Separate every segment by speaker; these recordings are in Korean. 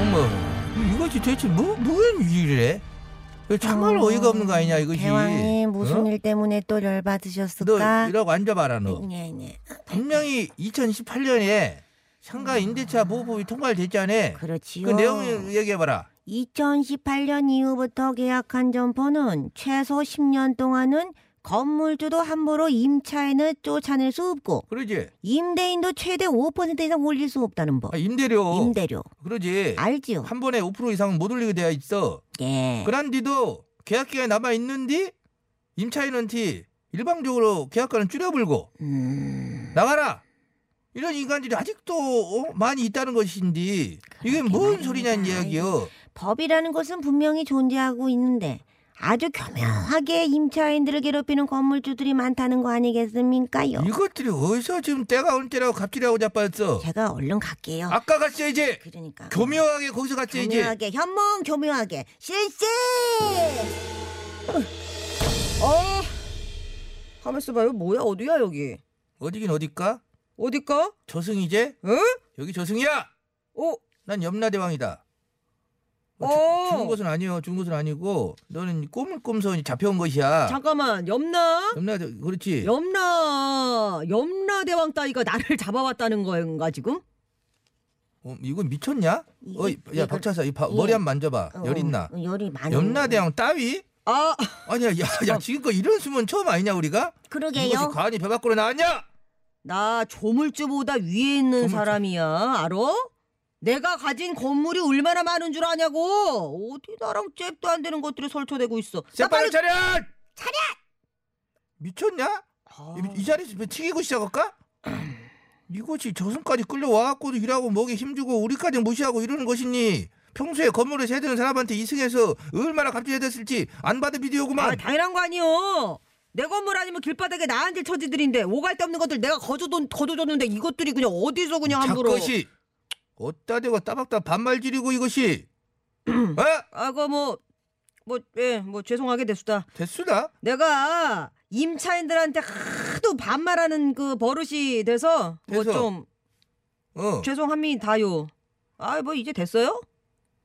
Speaker 1: 어머, 이거지 대체 뭐, 뭔 일이래? 이거 정말
Speaker 2: 어머,
Speaker 1: 어이가 없는 거 아니냐 이거지.
Speaker 2: 음, 대왕님 무슨
Speaker 1: 어?
Speaker 2: 일 때문에 또
Speaker 1: 너
Speaker 2: 열받으셨을까?
Speaker 1: 이러고 앉아봐라 너.
Speaker 2: 예, 예.
Speaker 1: 분명히 2018년에 상가 임대차 보호법이 통과됐잖아.
Speaker 2: 음. 그렇지요.
Speaker 1: 그 내용 얘기해봐라.
Speaker 2: 2018년 이후부터 계약한 점포는 최소 10년 동안은 건물주도 함부로 임차인을 쫓아낼 수 없고
Speaker 1: 그러지.
Speaker 2: 임대인도 최대 5% 이상 올릴 수 없다는 법.
Speaker 1: 아, 임대료.
Speaker 2: 임대료.
Speaker 1: 그러지.
Speaker 2: 알지요?
Speaker 1: 한 번에 5% 이상은 못 올리게 되어 있어.
Speaker 2: 예.
Speaker 1: 그런 뒤도 계약 기간이 남아 있는데 임차인한테 일방적으로 계약가는 줄여불고
Speaker 2: 음.
Speaker 1: 나가라. 이런 인간들이 아직도 어? 많이 있다는 것인데 이게 뭔
Speaker 2: 말입니다.
Speaker 1: 소리냐는 이야기요.
Speaker 2: 법이라는 것은 분명히 존재하고 있는데 아주 교묘하게 임차인들을 괴롭히는 건물주들이 많다는 거 아니겠습니까요?
Speaker 1: 이것들이 어디서 지금 때가 올 때라고 갑질하고 자빠졌어.
Speaker 2: 제가 얼른 갈게요.
Speaker 1: 아까 갔어야지.
Speaker 2: 그러니까
Speaker 1: 교묘하게 거기서 갔어야지.
Speaker 2: 교묘하게 현몽 교묘하게 실세. 어.
Speaker 3: 가만있어 봐요. 뭐야? 어디야 여기?
Speaker 1: 어디긴 어딜까?
Speaker 3: 어디까?
Speaker 1: 저승이제?
Speaker 3: 응?
Speaker 1: 여기 저승이야.
Speaker 3: 어?
Speaker 1: 난 염라대왕이다. 어,
Speaker 3: 어.
Speaker 1: 주, 죽은 것은 아니요. 죽은 것은 아니고 너는 꼬물꼬물서 잡혀온 것이야.
Speaker 3: 잠깐만. 염라?
Speaker 1: 염라 그렇지.
Speaker 3: 염라. 염라 대왕 따위가 나를 잡아왔다는 건가 지금?
Speaker 1: 어, 이건 미쳤냐? 어,
Speaker 2: 이게-
Speaker 1: 야
Speaker 2: 이걸-
Speaker 1: 박차사 이 바-
Speaker 2: 예.
Speaker 1: 머리 한 번 만져봐.
Speaker 2: 어,
Speaker 1: 열 있나?
Speaker 2: 열이 많이.
Speaker 1: 염라대왕 따위?
Speaker 3: 아,
Speaker 1: 아니야, 야, 야, 지금껏 이런 수문 처음 아니냐 우리가? 이것이
Speaker 2: 그러게요.
Speaker 1: 과언이 배 밖으로 나왔냐?
Speaker 3: 나 조물주보다 위에 있는
Speaker 1: 조물주.
Speaker 3: 사람이야. 알어? 내가 가진 건물이 얼마나 많은 줄 아냐고. 어디 나랑 잽도 안 되는 것들이 설쳐대고 있어. 나
Speaker 1: 새빨리 차렷! 차렷! 미쳤냐?
Speaker 3: 아,
Speaker 1: 이, 이 자리에서 뭐 튀기고 시작할까? 이곳이 저승까지 끌려와갖고도 일하고 먹이 힘주고 우리까지 무시하고 이러는 것이니 평소에 건물을 세드는 사람한테 이승에서 얼마나 갑질해댔을지 안 받은
Speaker 3: 아,
Speaker 1: 비디오구만
Speaker 3: 당연한 거 아니요. 내 건물 아니면 길바닥에 나앉을 처지들인데 오갈 데 없는 것들 내가 거둬돈 거둬줬는데 이것들이 그냥 어디서 그냥 함부로
Speaker 1: 작것이 어따 대고 따박따 반말 지르고 이것이 어?
Speaker 3: 아거 뭐, 뭐, 예, 뭐 죄송하게 됐수다.
Speaker 1: 됐수다?
Speaker 3: 내가 임차인들한테 하도 반말하는 그 버릇이 돼서
Speaker 1: 돼서.
Speaker 3: 뭐 좀
Speaker 1: 어.
Speaker 3: 죄송합니다요. 아, 뭐 이제 됐어요?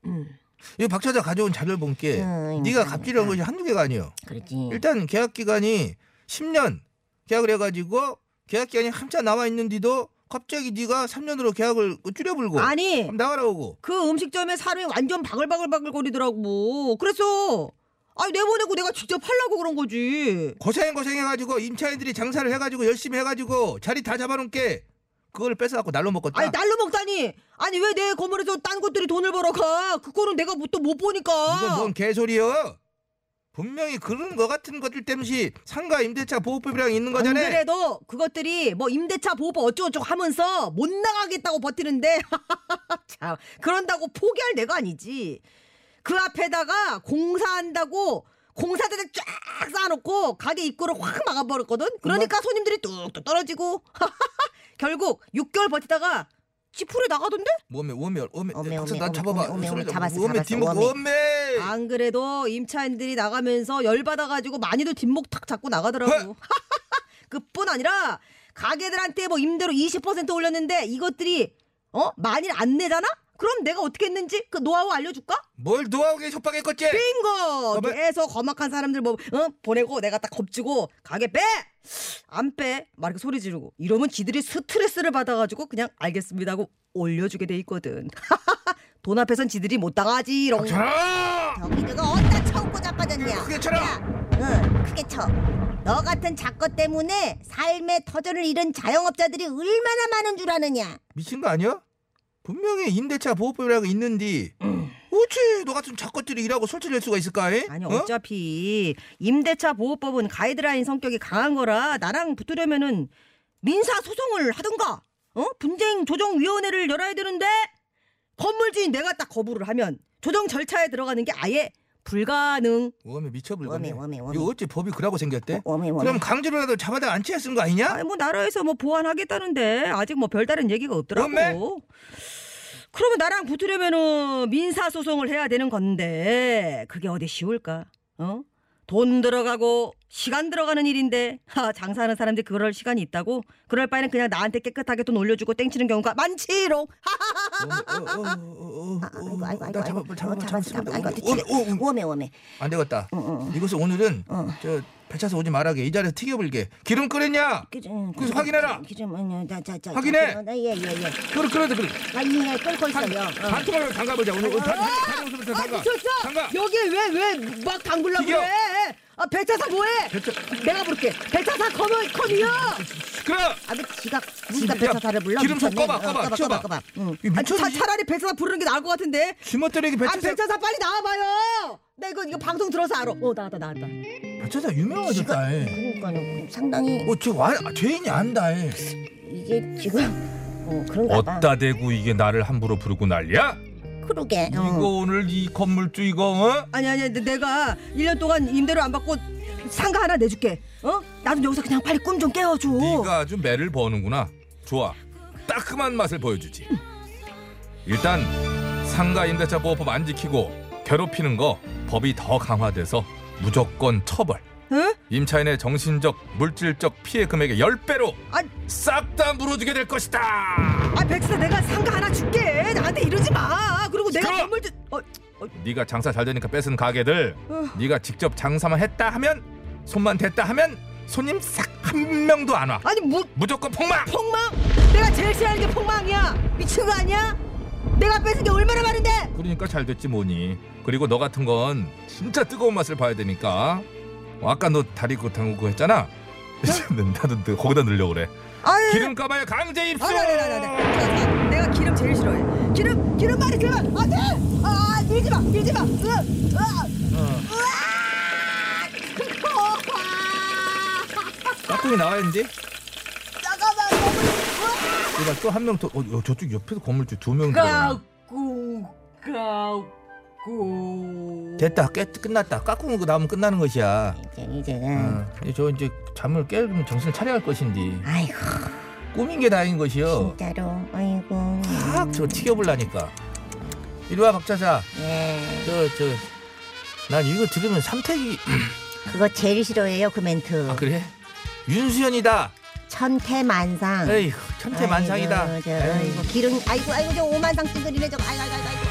Speaker 3: 음, 아,
Speaker 1: 이거 박 차자 가져온 자료를 본게
Speaker 2: 음,
Speaker 1: 예. 네가
Speaker 2: 그러니까.
Speaker 1: 갑질한 것이 한두 개가 아니요.
Speaker 2: 그렇지.
Speaker 1: 일단 계약 기간이 10년 계약을 해가지고 계약 기간이 한참 남아 있는데도 갑자기 네가 3년으로 계약을 그 줄여불고
Speaker 3: 아니
Speaker 1: 그럼 나가라 오고
Speaker 3: 그 음식점에 사람이 완전 바글바글바글 거리더라고. 그래서 아 내보내고 내가 직접 팔라고 그런 거지.
Speaker 1: 고생 고생해가지고 임차인들이 장사를 해가지고 열심히 해가지고 자리 다 잡아놓게 그걸 뺏어갖고 날로 먹었다.
Speaker 3: 아니 날로 먹다니. 아니 왜 내 건물에서 딴 것들이 돈을 벌어가? 그거는 내가 뭐 또 못 보니까.
Speaker 1: 이건 뭔 개소리여? 분명히 그런 거 같은 것들 땜시 상가 임대차 보호법이랑 있는
Speaker 3: 안
Speaker 1: 거잖아.
Speaker 3: 그래도 그것들이 뭐 임대차 보호법 어쩌고저쩌고 하면서 못 나가겠다고 버티는데 참 그런다고 포기할 내가 아니지 그 앞에다가 공사한다고 공사대를 쫙 쌓아놓고 가게 입구를 확 막아버렸거든 그러니까 손님들이 뚝뚝 떨어지고 결국 6개월 버티다가 지푸레 나가던데
Speaker 1: 오메 오메 오메
Speaker 2: 오메,
Speaker 1: 박사
Speaker 2: 오메,
Speaker 1: 나
Speaker 2: 오메,
Speaker 1: 잡아봐.
Speaker 2: 오메, 오메,
Speaker 1: 소리 좀-
Speaker 2: 잡았어,
Speaker 1: 오메
Speaker 2: 잡았어,
Speaker 1: 뒷목
Speaker 2: 오메. 아.
Speaker 1: 오메.
Speaker 3: 안 그래도 임차인들이 나가면서 열받아가지고 많이들 뒷목 탁 잡고 나가더라고. 그뿐 아니라 가게들한테 뭐 임대료 20% 올렸는데 이것들이 어 많이 안 내잖아? 그럼 내가 어떻게 했는지 그 노하우 알려줄까?
Speaker 1: 뭘 노하우게 협박했겠지?
Speaker 3: 빙고!
Speaker 1: 왜?
Speaker 3: 계속 거막한 사람들 뭐 어? 보내고 내가 딱 겁주고 가게 빼! 안 빼! 막 이렇게 소리 지르고 이러면 지들이 스트레스를 받아가지고 그냥 알겠습니다 하고 올려주게 돼 있거든. 돈 앞에선 지들이 못 당하지 이런
Speaker 1: 저라.
Speaker 2: 여기 내가 어디다 쳐고 자빠졌냐?
Speaker 1: 크게 쳐라!
Speaker 2: 야, 응, 크게 쳐. 너 같은 작거 때문에 삶의 터전을 잃은 자영업자들이 얼마나 많은 줄 아느냐?
Speaker 1: 미친 거 아니야? 분명히 임대차 보호법이라고 있는데 어찌 너 같은 작것들이 일하고 솔질낼 수가 있을까? 에?
Speaker 3: 아니
Speaker 1: 어?
Speaker 3: 어차피 임대차 보호법은 가이드라인 성격이 강한 거라 나랑 붙으려면은 민사 소송을 하든가 어? 분쟁 조정 위원회를 열어야 되는데 건물주인 내가 딱 거부를 하면 조정 절차에 들어가는 게 아예 불가능.
Speaker 1: 워메 미쳐불가네.
Speaker 2: 워메, 워메, 워메.
Speaker 1: 이거 어째 법이 그라고 생겼대?
Speaker 2: 워메, 워메.
Speaker 1: 그럼 강제로라도 잡아다 안 취했은 거 아니냐?
Speaker 3: 아니 뭐 나라에서 뭐 보완하겠다는데 아직 뭐 별다른 얘기가 없더라고.
Speaker 1: 뭔데?
Speaker 3: 그러면 나랑 붙으려면은 민사 소송을 해야 되는 건데 그게 어디 쉬울까? 어? 돈 들어가고 시간 들어가는 일인데 하, 장사하는 사람들이 그럴 시간이 있다고? 그럴 바에는 그냥 나한테 깨끗하게 돈 올려주고 땡치는 경우가 많지롱.
Speaker 1: 워메, 어, 어, 어, 어,
Speaker 2: 아, 아이고, 아이고, 아이고,
Speaker 1: 나 잡아,
Speaker 2: 아이고.
Speaker 1: 잡아,
Speaker 2: 어,
Speaker 1: 잡아,
Speaker 2: 잡았어,
Speaker 1: 잡아.
Speaker 2: 아이고,
Speaker 1: 오메, 오메, 오메.
Speaker 2: 워메 워메.
Speaker 1: 안 되겠다.
Speaker 2: 응,
Speaker 1: 이곳에 오늘은
Speaker 2: 어.
Speaker 1: 저 배차서 오지 말하게 이 자리에 튀겨불게. 기름 끓였냐? 그래서 확인해라.
Speaker 2: 기좀 자자자.
Speaker 1: 확인해.
Speaker 2: 예예 예.
Speaker 1: 그래 그래도 그래.
Speaker 2: 아 예, 끓고
Speaker 1: 반-
Speaker 2: 있어요. 아, 어.
Speaker 1: 반통을 담가보자. 오늘 오늘 반- 반- 반통부터 담가. 담가.
Speaker 3: 아, 여기 왜 왜 막 담글라고
Speaker 1: 튀겨.
Speaker 3: 아, 배차사 뭐해?
Speaker 1: 배차-
Speaker 3: 내가 부를게. 배차사 컴을 컴이요. 아,
Speaker 1: 그래.
Speaker 2: 아, 그 지가 무지가
Speaker 1: 야,
Speaker 2: 배차사를 불러.
Speaker 1: 기름 좀
Speaker 2: 미쳤네.
Speaker 1: 꺼봐,
Speaker 2: 어,
Speaker 1: 꺼봐,
Speaker 2: 꺼봐,
Speaker 1: 쳐봐.
Speaker 2: 꺼봐, 꺼봐. 응.
Speaker 1: 이
Speaker 3: 아, 차,
Speaker 1: 미쳤지?
Speaker 3: 차라리 배차사 부르는 게 나을 것 같은데.
Speaker 1: 주먹때리기
Speaker 3: 아,
Speaker 1: 배차서
Speaker 3: 배차사 빨리 나와봐요. 나 이거 이거 방송 들어서 알아. 어 나왔다 나왔다.
Speaker 1: 배차서 유명하졌다.
Speaker 2: 그러니까요. 뭐 상당히
Speaker 1: 어저 뭐 죄인이 안다. 에.
Speaker 2: 이게 지금 어, 그런가 봐.
Speaker 4: 어따 대고 이게 나를 함부로 부르고 난리야?
Speaker 2: 그러게. 어.
Speaker 4: 이거 오늘 이 건물주 이거 어?
Speaker 3: 아니 아니 근데 내가 1년 동안 임대료 안 받고 상가 하나 내줄게. 어? 나도 여기서 그냥 빨리 꿈 좀 깨워줘.
Speaker 4: 네가 아주 매를 버는구나. 좋아. 따끔한 맛을 보여주지. 일단 상가 임대차 보호법 안 지키고 괴롭히는 거 법이 더 강화돼서 무조건 처벌.
Speaker 3: 응?
Speaker 4: 임차인의 정신적, 물질적 피해 금액의 10배로
Speaker 3: 아,
Speaker 4: 싹 다 물어주게 될 것이다.
Speaker 3: 아 백사 내가 상가 하나 줄게. 나한테 이러지 마. 그리고 내가
Speaker 4: 시끄러워.
Speaker 3: 건물 주. 어,
Speaker 4: 네가 장사 잘 되니까 뺏은 가게들
Speaker 3: 어.
Speaker 4: 네가 직접 장사만 했다 하면 손만 댔다 하면 손님 싹 한 명도 안 와.
Speaker 3: 아니 뭐
Speaker 4: 무조건 폭망.
Speaker 3: 폭망? 내가 제일 싫어하는 게 폭망이야. 미친 거 아니야? 내가 뺏은 게 얼마나 많은데?
Speaker 4: 그러니까 잘 됐지 뭐니. 그리고 너 같은 건 진짜 뜨거운 맛을 봐야 되니까. 어, 아까 너 다리 그거 담그고 했잖아. 나도 너 거기다 넣으려고 그래.
Speaker 3: 아유.
Speaker 4: 기름 까봐야 강제
Speaker 3: 아,
Speaker 4: 입수.
Speaker 3: 네, 아나나나나 내가 기름 제일 싫어해 기름 기름 많이 들면 안돼 아 밀지 마 밀지 마 아.
Speaker 4: 어,
Speaker 1: 깍두기 나와야 되는데? 잠깐만. 또한 명 더. 어, 저쪽 옆에도 건물주 두 명 들어.
Speaker 3: 까꿍 까꿍
Speaker 1: 됐다. 깨, 끝났다. 깍꿍은 그 다음 끝나는 것이야.
Speaker 2: 이제 이제는
Speaker 1: 어, 이제 저 이제 잠을 깨면 정신을 차려야 할 것인데
Speaker 2: 음. 아이고
Speaker 1: 꾸민 게 다인 것이요.
Speaker 2: 진짜로 아이고.
Speaker 1: 확저 튀겨볼라니까. 이리 와 박차사.
Speaker 2: 예.
Speaker 1: 저 저 난 이거 들으면 삼태기
Speaker 2: 그거 제일 싫어해요 그 멘트.
Speaker 1: 아 그래 윤수연이다
Speaker 2: 천태만상.
Speaker 1: 에이 천태만상이다
Speaker 2: 아이고, 저,
Speaker 1: 에이.
Speaker 2: 아이고 기름 아이고 아이고 저 오만상 찌그리네 저거 아이고 아이고 아이고.